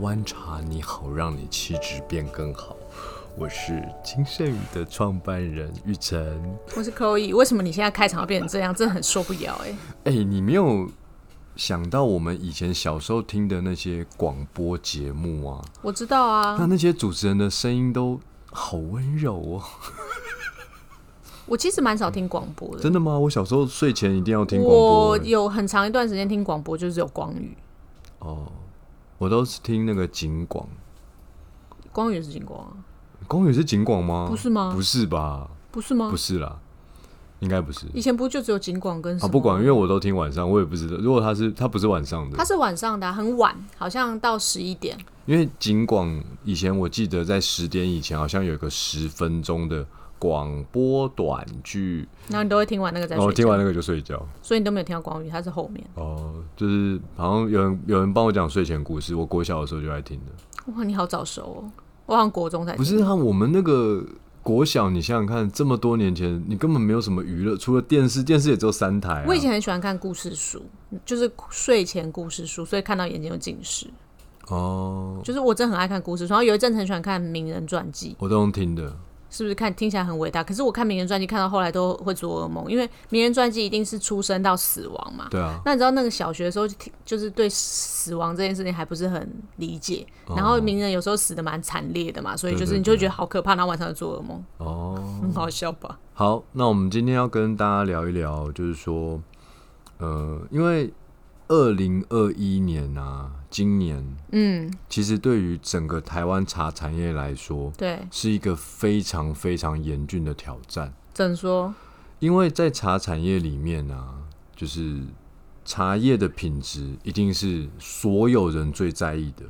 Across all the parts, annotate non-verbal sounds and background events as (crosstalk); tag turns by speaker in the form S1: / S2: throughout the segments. S1: 观察你好，让你气质变更好。我是金盛宇的创办人玉成。
S2: 我是 Chloe，为什么你现在开场要变成这样？真的很受不了哎、
S1: 哎、你没有想到我们以前小时候听的那些广播节目啊，
S2: 我知道
S1: 那
S2: 啊，
S1: 那些主持人的声音都好温柔哦。
S2: 我其实蛮少听广播的。
S1: 真的吗？我小时候睡前一定要听广播
S2: 我
S1: 欸。
S2: 有很长一段时间听广播，就是有光宇，
S1: 哦，我都是听那个警广。
S2: 光宇也是金光啊，
S1: 光宇是警广吗？
S2: 不是吗嗯
S1: 不是吧？
S2: 不是吗
S1: 不？是啦，应该不是。
S2: 以前不就只有金光跟什
S1: 啊，
S2: 么
S1: 不管，因为我都听晚上，我也不知道。如果他是他不是晚上的，
S2: 它是晚上的啊、很晚，好像到十一点。
S1: 因为警广以前我记得在十点以前好像有一个十分钟的广播短剧，
S2: 然后你都会听完那个再
S1: 然后
S2: 睡
S1: 哦听
S2: 觉，
S1: 完那个就睡觉。
S2: 所以你都没有听到光宇，它是后面。
S1: 哦、就是好像有人有人帮我讲睡前故事，我国小的时候就爱听的。
S2: 哇，你好早熟哦！我好像国中才
S1: 不是
S2: 听
S1: 啊，我们那个国小，你想想看，这么多年前，你根本没有什么娱乐，除了电视，电视也只有三台、啊。
S2: 我以前很喜欢看故事书，就是睡前故事书，所以看到眼睛有近视。
S1: 哦，
S2: 就是我真的很爱看故事书，然后有一阵子很喜欢看名人传记，
S1: 我都用听的。
S2: 是不是看听起来很伟大？可是我看名人传记看到后来都会做噩梦，因为名人传记一定是出生到死亡嘛。
S1: 对啊，
S2: 那你知道那个小学的时候就听，就是对死亡这件事情还不是很理解，然后名人有时候死的蛮惨烈的嘛，所以就是
S1: 哦对对
S2: 你就会觉得好可怕，然后晚上就做噩梦，
S1: 哦，
S2: 很好笑吧？
S1: 好，那我们今天要跟大家聊一聊，就是说，呃，因为二零二一年啊，今年
S2: 嗯，
S1: 其实对于整个台湾茶产业来说，
S2: 嗯对，
S1: 是一个非常非常严峻的挑战。
S2: 怎说？
S1: 因为在茶产业里面啊，就是茶叶的品质一定是所有人最在意的，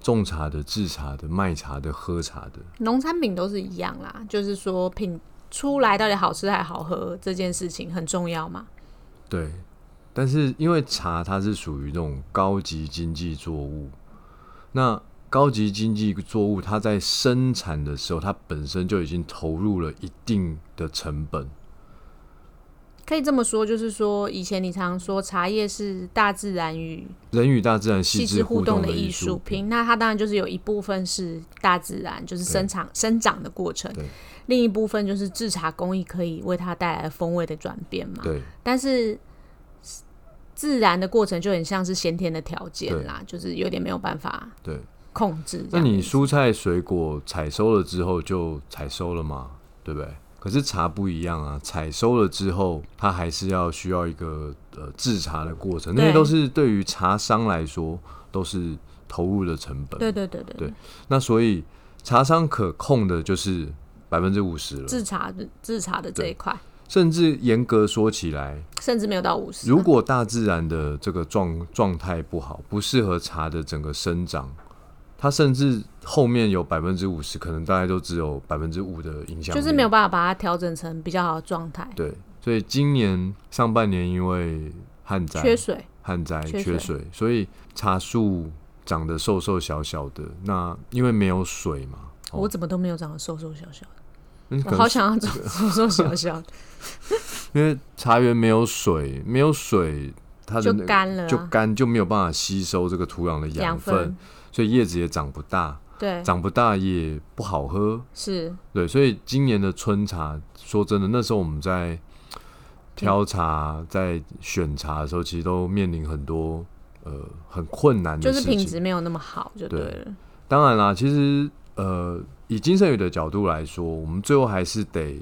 S1: 种茶的、制茶的、卖茶的、喝茶的。
S2: 农产品都是一样啦，就是说品出来到底好吃还好喝这件事情很重要嘛。
S1: 对，但是因为茶它是属于那种高级经济作物，那高级经济作物它在生产的时候，它本身就已经投入了一定的成本。
S2: 可以这么说，就是说以前你常说茶叶是大自然与
S1: 人与大自然细
S2: 细
S1: 致
S2: 致
S1: 互
S2: 互
S1: 动
S2: 动
S1: 的
S2: 的
S1: 艺
S2: 艺术
S1: 术
S2: 品，那它当然就是有一部分是大自然，就是生长生长的过程
S1: 对，
S2: 另一部分就是制茶工艺可以为它带来的风味的转变嘛。
S1: 对，
S2: 但是自然的过程就很像是先天的条件啦，就是有点没有办法
S1: 对
S2: 控制这
S1: 那
S2: 样。
S1: 你蔬菜水果采收了之后就采收了嘛，对不对？可是茶不一样啊，采收了之后，它还是要需要一个呃制茶的过程，那些
S2: 对
S1: 都是对于茶商来说都是投入的成本。
S2: 对对对对，
S1: 对那所以茶商可控的就是百分之五十了，
S2: 制茶的制茶的这一块，
S1: 甚至严格说起来，
S2: 甚至没有到五十。
S1: 如果大自然的这个状状态不好，不适合茶的整个生长，它甚至后面有百分之五十，可能大概都只有百分之五的影响力，
S2: 就是没有办法把它调整成比较好的状态，
S1: 对。所以今年上半年因为旱灾，
S2: 缺水。
S1: 旱灾
S2: 缺
S1: 缺
S2: 水
S1: 水，所以茶树长得瘦瘦小小的。那因为没有水嘛，哦
S2: 我怎么都没有长得瘦瘦小小的，
S1: 嗯可
S2: 我
S1: 能
S2: 好想要长得瘦瘦小小的，
S1: 因为茶园没有水，没有水，它的
S2: 就
S1: 那个
S2: 干了啊
S1: 就干就没有办法吸收这个土壤的
S2: 养
S1: 分，
S2: 分
S1: 所以叶子也长不大，
S2: 对，
S1: 长不大也不好喝。
S2: 是
S1: 对，所以今年的春茶，说真的，那时候我们在挑
S2: 嗯
S1: 茶、在选茶的时候，其实都面临很多呃很困难的
S2: 就
S1: 事
S2: 是
S1: 情。
S2: 品质没有那么好，就对
S1: 对
S2: 了。
S1: 当然啦，其实呃，以金圣宇的角度来说，我们最后还是得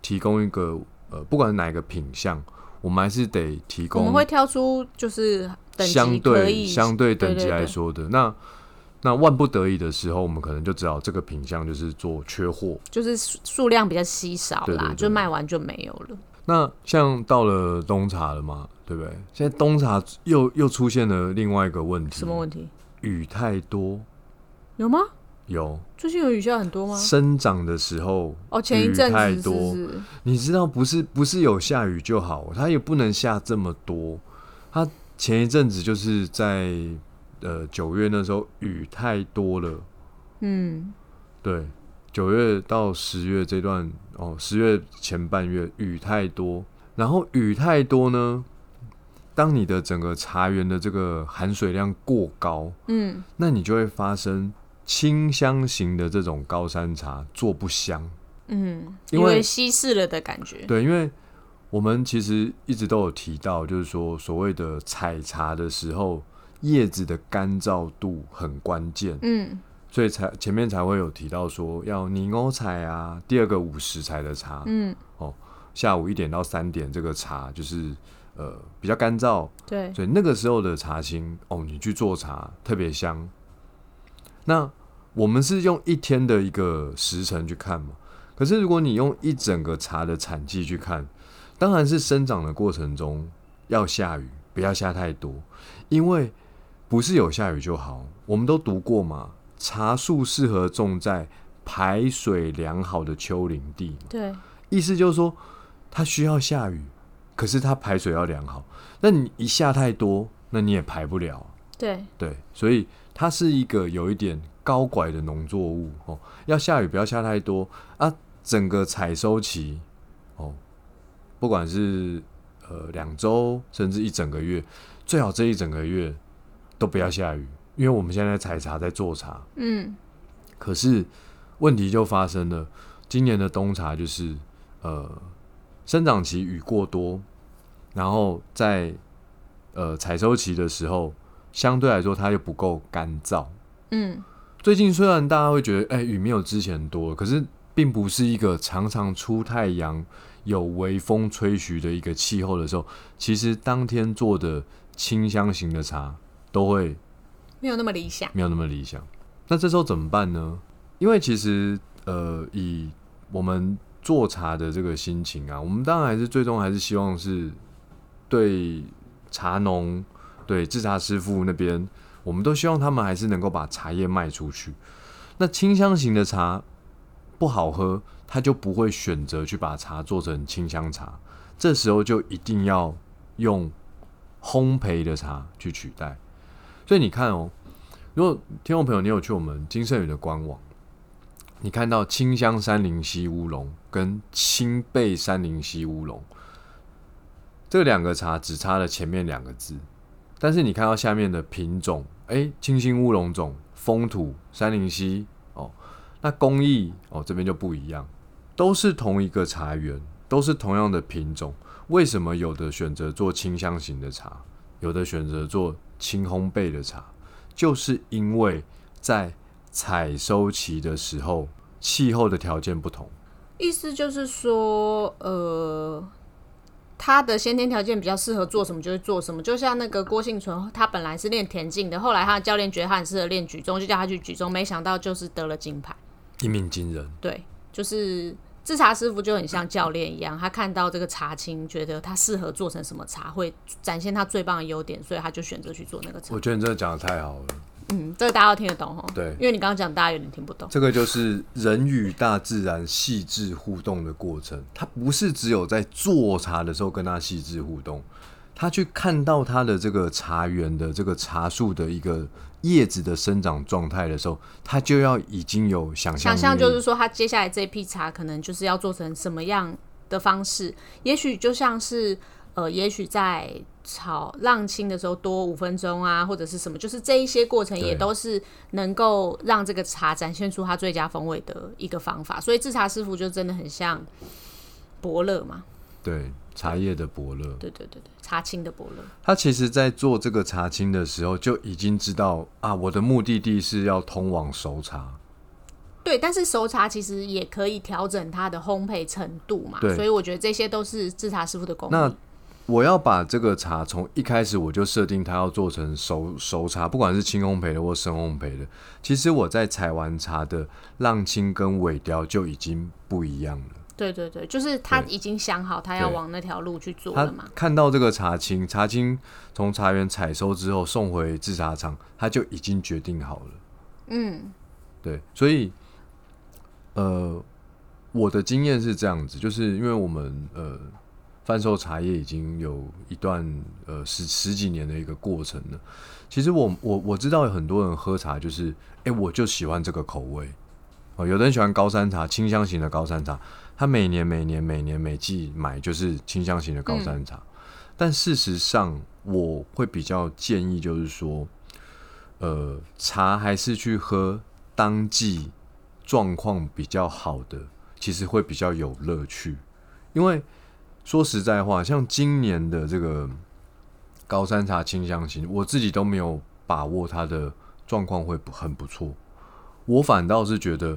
S1: 提供一个呃，不管哪一个品相，我们还是得提
S2: 我们
S1: 供
S2: 会挑出就是等
S1: 相
S2: 级可
S1: 对
S2: 以
S1: 相对等
S2: 对
S1: 级
S2: 对
S1: 来
S2: 对
S1: 说的。那那万不得已的时候，我们可能就只好这个品相就是做缺货。
S2: 就是数数量比较稀少啦，
S1: 对对对嗯
S2: 就卖完就没有了。
S1: 那像到了冬茶了嘛，对不对？现在冬茶又又出现了另外一个问题，
S2: 什么问题？
S1: 雨太多，
S2: 有吗？
S1: 有
S2: 最近有雨下很多吗？
S1: 生长的时候
S2: 哦，前一阵
S1: 雨太
S2: 子是
S1: 多
S2: 不是？
S1: 你知道不是不是有下雨就好，它也不能下这么多。它前一阵子就是在呃九月那时候雨太多了，
S2: 嗯，
S1: 对，九月到十月这段哦，十月前半月雨太多，然后雨太多呢，当你的整个茶园的这个含水量过高，
S2: 嗯，
S1: 那你就会发生清香型的这种高山茶做不香。
S2: 嗯，
S1: 因
S2: 因
S1: 为
S2: 为稀释了的感觉。
S1: 对，因为我们其实一直都有提到，就是说所谓的采茶的时候，叶子的干燥度很关键，
S2: 嗯
S1: 所以才前面才会有提到说要泥欧采啊，第二个午时采的茶，
S2: 嗯，
S1: 下午一点到三点这个茶就是呃比较干燥，
S2: 对，
S1: 所以那个时候的茶青哦，你去做茶特别香。那我们是用一天的一个时辰去看嘛，可是如果你用一整个茶的产季去看，当然是生长的过程中要下雨，不要下太多，因为不是有下雨就好。我们都读过嘛，茶树适合种在排水良好的丘陵地。
S2: 对，
S1: 意思就是说，它需要下雨，可是它排水要良好。那你一下太多，那你也排不了。啊
S2: 对，
S1: 对，所以它是一个有一点高拐的农作物哦。要下雨不要下太多啊，整个采收期哦，不管是呃两周甚至一整个月，最好这一整个月都不要下雨，因为我们现在在采茶在做茶，
S2: 嗯，
S1: 可是问题就发生了，今年的冬茶就是呃生长期雨过多，然后在呃采收期的时候，相对来说它又不够干燥。
S2: 嗯，
S1: 最近虽然大家会觉得，哎、雨没有之前多了，可是并不是一个常常出太阳、有微风吹徐的一个气候的时候，其实当天做的清香型的茶都会
S2: 没有那么理想。
S1: 没有那么理想。那这时候怎么办呢？因为其实呃，以我们做茶的这个心情啊，我们当然还是最终还是希望是对茶农、对制茶师傅那边，我们都希望他们还是能够把茶叶卖出去。那清香型的茶不好喝，他就不会选择去把茶做成清香茶，这时候就一定要用烘焙的茶去取代。所以你看哦，如果听众朋友你有去我们金盛宇的官网，你看到清香山林溪乌龙跟清贝山林溪乌龙这两个茶只差了前面两个字，但是你看到下面的品种，哎，清新乌龙种、风土山林溪哦，那工艺哦这边就不一样，都是同一个茶园，都是同样的品种，为什么有的选择做清香型的茶，有的选择做轻烘焙的茶？就是因为在采收期的时候，气候的条件不同。
S2: 意思就是说，呃，他的先天条件比较适合做什么就会做什么。就像那个郭幸存，他本来是练田径的，后来他的教练觉得他很适合练举重，就叫他去举重，没想到就是得了金牌。
S1: 一鸣惊人，
S2: 对，就是制茶师傅就很像教练一样，他看到这个茶青，觉得他适合做成什么茶，会展现他最棒的优点，所以他就选择去做那个茶
S1: 我。觉得你真的讲的太好了。
S2: 嗯，这个大家都听得懂哦。
S1: 对
S2: 因为你刚刚讲，大家有点听不懂。
S1: 这个就是人与大自然细致互动的过程，它不是只有在做茶的时候跟它细致互动，他去看到它的这个茶园的这个茶树的一个叶子的生长状态的时候，他就要已经有想象
S2: 想
S1: 力。
S2: 象就是说，他接下来这批茶可能就是要做成什么样的方式？也许就像是呃，也许在炒浪青的时候多五分钟啊，或者是什么，就是这一些过程也
S1: 对
S2: 都是能够让这个茶展现出它最佳风味的一个方法。所以制茶师傅就真的很像伯乐嘛，
S1: 对茶叶的伯乐。
S2: 对对对对，茶青的伯乐，
S1: 他其实在做这个茶青的时候，就已经知道啊，我的目的地是要通往熟茶。
S2: 对，但是熟茶其实也可以调整它的烘焙程度嘛，
S1: 对
S2: 所以我觉得这些都是制茶师傅的功
S1: 那
S2: 力。
S1: 我要把这个茶从一开始我就设定它要做成熟熟茶，不管是轻烘焙的或深烘焙的。其实我在采完茶的浪青跟尾雕就已经不一样了。
S2: 对对对，就是他
S1: 对
S2: 已经想好他要
S1: 对
S2: 往那条路去做
S1: 他
S2: 了嘛。
S1: 看到这个茶青，茶青从茶园采收之后送回制茶厂，他就已经决定好了。
S2: 嗯，
S1: 对，所以呃，我的经验是这样子，就是因为我们呃贩售茶叶已经有一段呃十十几年的一个过程了。其实我我我知道有很多人喝茶就是，哎、我就喜欢这个口味。哦，有的人喜欢高山茶，清香型的高山茶，他每年每年每年每季买就是清香型的高山茶。但事实上，我会比较建议就是说，呃，茶还是去喝当季状况比较好的，其实会比较有乐趣。因为说实在话，像今年的这个高山茶清香型，我自己都没有把握它的状况会不很不错。我反倒是觉得，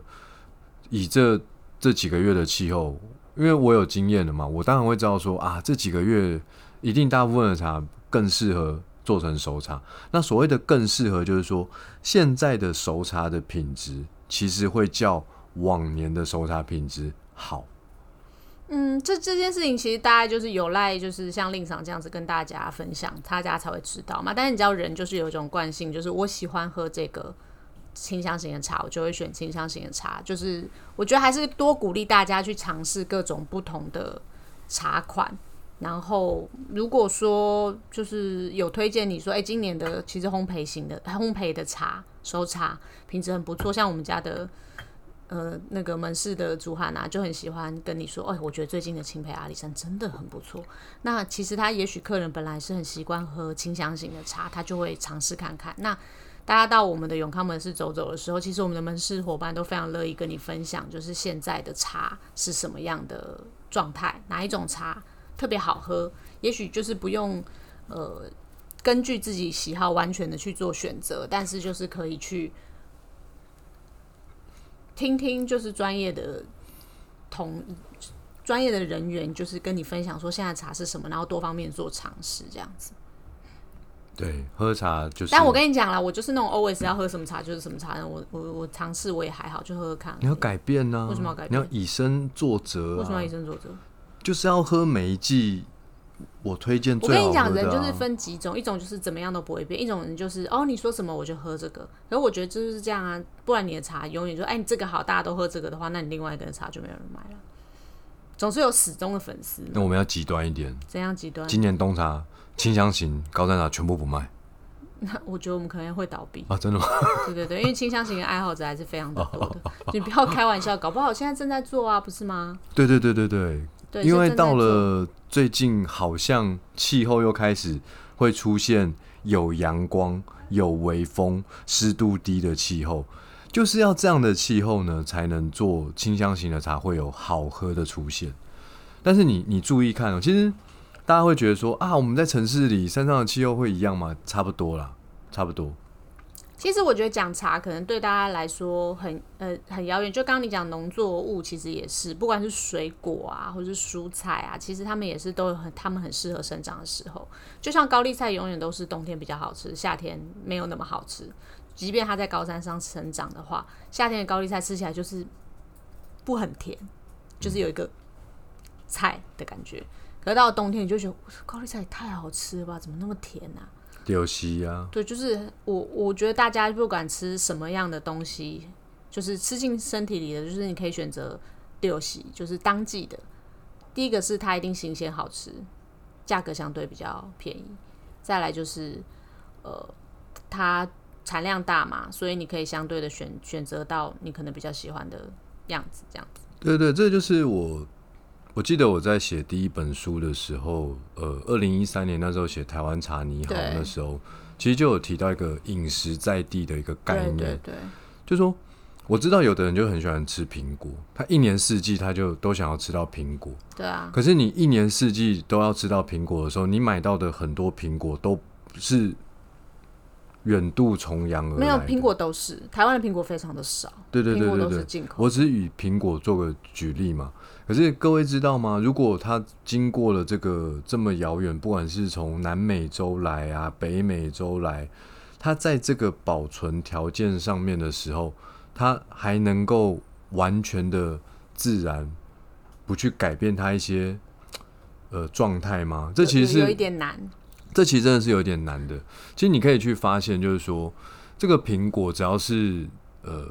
S1: 以这这几个月的气候，因为我有经验了嘛，我当然会知道说啊，这几个月一定大部分的茶更适合做成熟茶。那所谓的更适合，就是说现在的熟茶的品质，其实会较往年的熟茶品质好。
S2: 嗯，这这件事情其实大概就是有赖，就是像令赏这样子跟大家分享，大家才会知道嘛。但是你知道，人就是有一种惯性，就是我喜欢喝这个清香型的茶，我就会选清香型的茶。就是我觉得还是多鼓励大家去尝试各种不同的茶款。然后，如果说就是有推荐你说，哎，今年的其实烘焙型的烘焙的茶熟茶品质很不错，像我们家的呃那个门市的主喊啊，就很喜欢跟你说，哎，我觉得最近的青培阿里山真的很不错。那其实他也许客人本来是很习惯喝清香型的茶，他就会尝试看看。那大家到我们的永康门市走走的时候，其实我们的门市伙伴都非常乐意跟你分享，就是现在的茶是什么样的状态，哪一种茶特别好喝，也许就是不用呃根据自己喜好完全的去做选择，但是就是可以去听听，就是专业的同专业的人员，就是跟你分享说现在茶是什么，然后多方面做尝试这样子。
S1: 对，喝茶就是。
S2: 但我跟你讲啦，我就是那种 always 要喝什么茶就是什么茶的，我我我尝试我也还好，就喝喝看。
S1: 你要改变呢、
S2: 为什么要改
S1: 你
S2: 变
S1: 要以身作则、啊。
S2: 为什么要以身作则？
S1: 就是要喝每一季我推荐
S2: 我
S1: 最
S2: 跟
S1: 好
S2: 你
S1: 喝的、啊。
S2: 讲，人就是分几种，一种就是怎么样都不会变，一种人就是哦你说什么我就喝这个。可是我觉得就是这样啊，不然你的茶永远就哎你这个好，大家都喝这个的话，那你另外一个人的茶就没有人买了。总是有始终的粉丝，
S1: 那我们要极端一点，
S2: 怎样极端？
S1: 今年冬茶、清香型、高山茶全部不卖
S2: (laughs) 我觉得我们可能会倒闭。
S1: 啊！真的吗？
S2: 对对对，因为清香型的爱好者还是非常的
S1: (laughs)
S2: 多的，你不要开玩笑，搞不好现在正在做啊，不是吗？
S1: 对对对对对，
S2: 对，
S1: 因为
S2: 是正在
S1: 到
S2: 做
S1: 了最近，好像气候又开始会出现有阳光、有微风、湿度低的气候，就是要这样的气候呢，才能做清香型的茶会有好喝的出现。但是你你注意看哦，其实大家会觉得说啊，我们在城市里山上的气候会一样吗？差不多啦，差不多。
S2: 其实我觉得讲茶可能对大家来说很呃很遥远，就刚刚你讲农作物，其实也是，不管是水果啊，或是蔬菜啊，其实他们也是都有很他们很适合生长的时候。就像高丽菜永远都是冬天比较好吃，夏天没有那么好吃。即便它在高山上生长的话，夏天的高丽菜吃起来就是不很甜，就是有一个菜的感觉。可是到了冬天，你就觉得哇高丽菜也太好吃了吧？怎么那么甜啊？
S1: 有西啊，
S2: 对，就是我我觉得大家不管吃什么样的东西，就是吃进身体里的，就是你可以选择六喜，就是当季的。第一个是它一定新鲜好吃，价格相对比较便宜。再来就是呃，它产量大嘛，所以你可以相对的选选择到你可能比较喜欢的样子，这样子。
S1: 对对，这就是我。我记得我在写第一本书的时候，呃，二零一三年那时候写《台湾茶你好》
S2: 对
S1: 那时候，其实就有提到一个饮食在地的一个概
S2: 对
S1: 念，
S2: 对对，
S1: 就说我知道有的人就很喜欢吃苹果，他一年四季他就都想要吃到苹果，
S2: 对啊，
S1: 可是你一年四季都要吃到苹果的时候，你买到的很多苹果都是远渡重洋而来的，
S2: 没有苹果都是台湾的苹果非常的少，
S1: 对对对
S2: 苹果
S1: 对
S2: 都
S1: 对
S2: 是，进口。
S1: 我只是以苹果做个举例嘛。可是各位知道吗？如果它经过了这个这么遥远，不管是从南美洲来啊、北美洲来，它在这个保存条件上面的时候，它还能够完全的自然，不去改变它一些呃状态吗？这其实
S2: 有有
S1: 是
S2: 一点难，
S1: 这其实真的是有点难的。其实你可以去发现，就是说，这个苹果只要是呃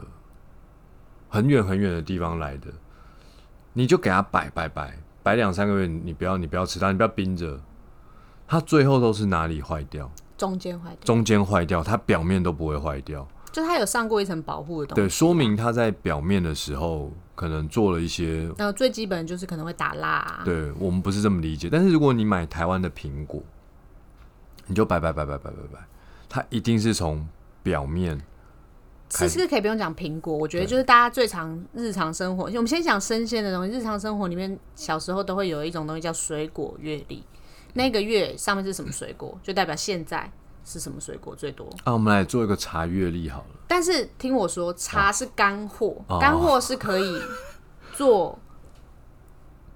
S1: 很远很远的地方来的，你就给它摆摆摆摆两三个月，你不要你不要吃它，你不要冰着，它最后都是哪里坏掉？
S2: 中间坏掉。
S1: 中间坏掉，它表面都不会坏掉。
S2: 就它有上过一层保护的东西。啊
S1: 对，说明它在表面的时候可能做了一些，
S2: 那最基本就是可能会打蜡、啊，
S1: 对我们不是这么理解。但是如果你买台湾的苹果，你就摆摆摆摆摆摆摆，它一定是从表面
S2: 其实可以不用讲苹果，我觉得就是大家最常日常生活，我们先讲生鲜的东西。日常生活里面，小时候都会有一种东西叫水果月历，那个月上面是什么水果，就代表现在是什么水果最多。
S1: 啊，我们来做一个查阅历好了。
S2: 但是听我说，茶是干货
S1: 哦，
S2: 干货、是可以做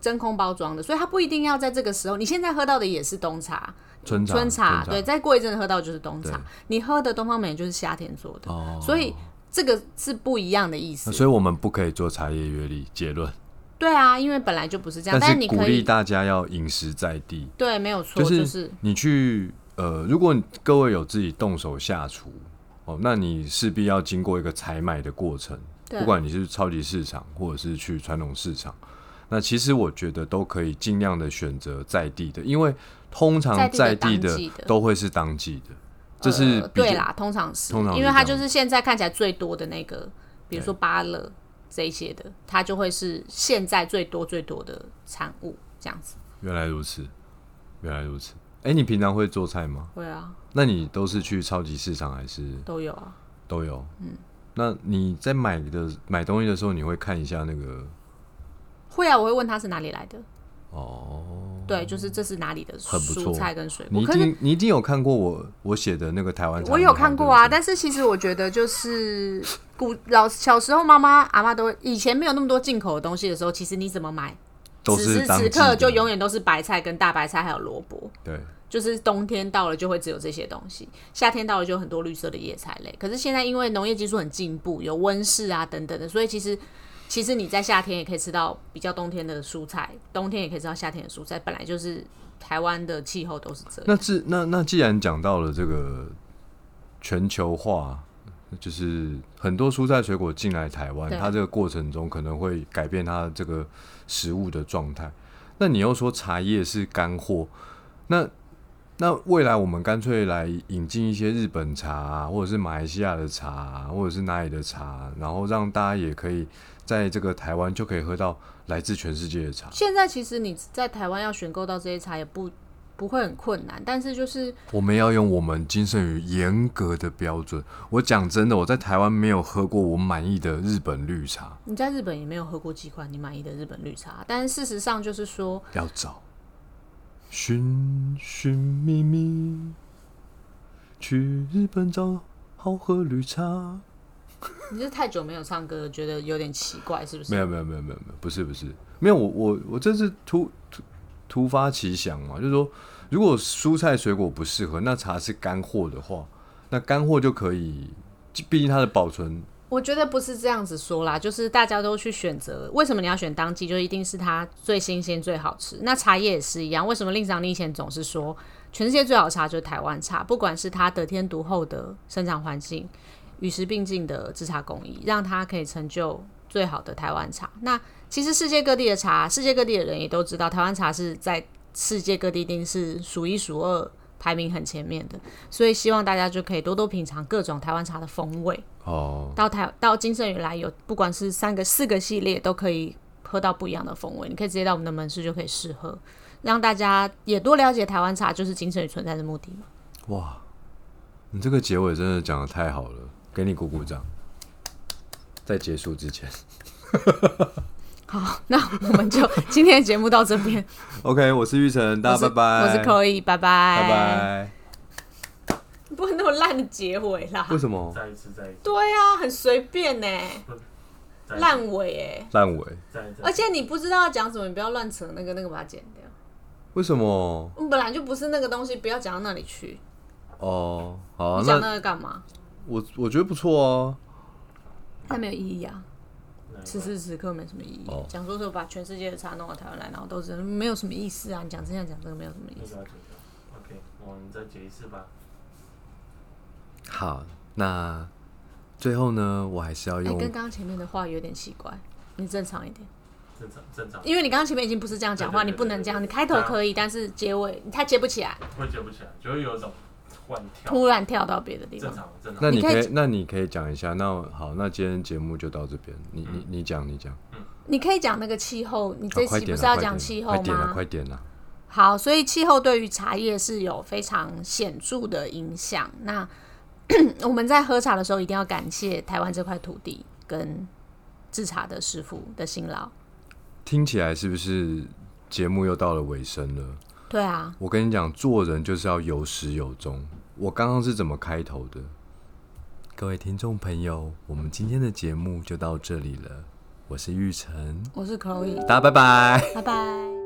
S2: 真空包装的，所以它不一定要在这个时候。你现在喝到的也是冬茶，
S1: 春茶，
S2: 春茶，
S1: 春
S2: 对，再过一阵子喝到就是冬
S1: 对
S2: 茶。你喝的东方美人就是夏天做的，
S1: 哦，
S2: 所以这个是不一样的意思。
S1: 所以我们不可以做茶叶阅历结论，
S2: 对啊，因为本来就不是这样，
S1: 但
S2: 但
S1: 是
S2: 你
S1: 鼓
S2: 可
S1: 励
S2: 以
S1: 大家要饮食在地，
S2: 对，没有错，
S1: 就
S2: 就是是、
S1: 你去呃，如果各位有自己动手下厨哦，那你势必要经过一个采买的过程，
S2: 对
S1: 不管你是超级市场或者是去传统市场，那其实我觉得都可以尽量的选择在地的，因为通常
S2: 在地的
S1: 在地
S2: 当季的
S1: 都会是当季的，这是
S2: 呃
S1: 比较
S2: 对啦，通常是，
S1: 通常是
S2: 因为它
S1: 这
S2: 就
S1: 样
S2: 是现在看起来最多的那个，比如说芭乐这一些的，它就会是现在最多最多的产物，这样子。
S1: 原来如此，原来如此。哎、你平常会做菜吗？
S2: 会啊，
S1: 那你都是去超级市场还是
S2: 都有啊。
S1: 都有？嗯，那你在买的买东西的时候，你会看一下那个
S2: 会啊，我会问他是哪里来的，
S1: 哦，
S2: 对，就是这是哪里的
S1: 很不错
S2: 蔬菜跟水
S1: 你
S2: 果。
S1: 一
S2: 可是
S1: 定你一定有看过我我写的那个台湾茶，
S2: 我有看过啊，
S1: 对
S2: 但是其实我觉得就是古老小时候妈妈阿妈都会以前没有那么多进口的东西的时候，其实你怎么买
S1: 不对都
S2: 此时
S1: 是当
S2: 此
S1: 季的
S2: 刻就永远都是白菜跟大白菜还有萝卜，
S1: 对
S2: 就是冬天到了就会只有这些东西，夏天到了就有很多绿色的叶菜类。可是现在因为农业技术很进步，有温室啊等等的，所以其实其实你在夏天也可以吃到比较冬天的蔬菜，冬天也可以吃到夏天的蔬菜，本来就是台湾的气候都是这样。
S1: 那既那那既然讲到了这个全球化，就是很多蔬菜水果进来台湾，
S2: 对
S1: 它这个过程中可能会改变它这个食物的状态。那你又说茶叶是干货，那那未来我们干脆来引进一些日本茶、啊，或者是马来西亚的茶、啊，或者是哪里的茶、然后让大家也可以在这个台湾就可以喝到来自全世界的茶。
S2: 现在其实你在台湾要选购到这些茶也不不会很困难，但是就是
S1: 我们要用我们金圣宇严格的标准。我讲真的，我在台湾没有喝过我满意的日本绿茶，
S2: 你在日本也没有喝过几款你满意的日本绿茶，但是事实上就是说，
S1: 要找寻寻觅觅，去日本找好喝绿茶。
S2: 你是太久没有唱歌了，觉得有点奇怪，是不是？
S1: 没有没有没有没有没有，不是不是，没有我我我这是突突突发奇想嘛，就是说，如果蔬菜水果不适合，那茶是干货的话，那干货就可以，毕竟它的保存
S2: 我觉得不是这样子说啦，就是大家都去选择，为什么你要选当季，就一定是它最新鲜、最好吃。那茶叶也是一样，为什么令长你以前总是说全世界最好的茶就是台湾茶，不管是它得天独厚的生长环境，与时并进的制茶工艺，让它可以成就最好的台湾茶。那其实世界各地的茶，世界各地的人也都知道，台湾茶是在世界各地一定是数一数二。排名很前面的，所以希望大家就可以多多品尝各种台湾茶的风味。
S1: 哦。
S2: 到台到金盛园来有，不管是三个四个系列都可以喝到不一样的风味。你可以直接到我们的门市就可以试喝，让大家也多了解台湾茶，就是金盛园存在的目的嘛。
S1: 哇，你这个结尾真的讲的太好了，给你鼓鼓掌。在结束之前
S2: 好，那我们 (laughs) 就今天的节目到这边，
S1: (laughs) ，OK，我是玉成，大
S2: 我
S1: 家
S2: 是
S1: 拜拜，
S2: 我是 Chloe，拜拜，
S1: 拜，拜。
S2: 不能那么烂的结尾啦
S1: 为。什么
S3: 再一次，再一次，
S2: 对啊，很随便呢、
S3: 再一次，
S2: 烂尾哎、
S1: 烂尾？
S3: 再一次，
S2: 而且你不知道要讲什么，你不要乱扯那个那个，把它剪掉。
S1: 为什么？
S2: 我们本来就不是那个东西，不要讲到那里去。
S1: 哦，好啊、
S2: 你讲
S1: 那
S2: 那个干嘛？
S1: 我我觉得不错哦、
S2: 那没有意义啊。
S3: 哪一
S2: 此时此刻没什么意义
S1: 哦。
S2: 讲、说是把全世界的茶弄到台湾来，然后都是没有什么意思啊！你讲这样讲这个没有什么意
S3: 那
S2: 思。
S3: 个要剪掉，OK，我们再解一次吧。
S1: 好，那最后呢，我还是要
S2: 哎、
S1: 用
S2: 跟刚刚前面的话有点奇怪，你正常一点，
S3: 正常，正常，
S2: 因为你刚刚前面已经不是这样讲话，
S3: 对对对
S2: 你不能这样。你开头可以，但是结尾你它接不起来。
S3: 会接不起来，就会有一种换跳，
S2: 突然跳到别的地
S3: 正
S2: 方。
S3: 常正常。
S1: 那你
S2: 你可
S1: 可
S2: 以
S1: 以，那你可以讲一下。那好，那今天节目就到这边。你你你讲，你讲。
S2: 你可以讲那个气候，你这
S1: 好快
S2: 期
S1: 点
S2: 不
S1: 啊
S2: 是要
S1: 快点
S2: 讲
S1: 啊
S2: 气候
S1: 快点了，
S2: 吗？
S1: 快点了。啊
S2: 好，所以气候对于茶叶是有非常显著的影响。那 (clears throat) 我们在喝茶的时候，一定要感谢台湾这块土地跟制茶的师傅的辛劳。
S1: 听起来是不是节目又到了尾声了？
S2: 对啊，
S1: 我跟你讲，做人就是要有始有终。我刚刚是怎么开头的？各位听众朋友，我们今天的节目就到这里了。我是玉成，
S2: 我是 Chloe，
S1: 大家拜拜。
S2: 拜拜。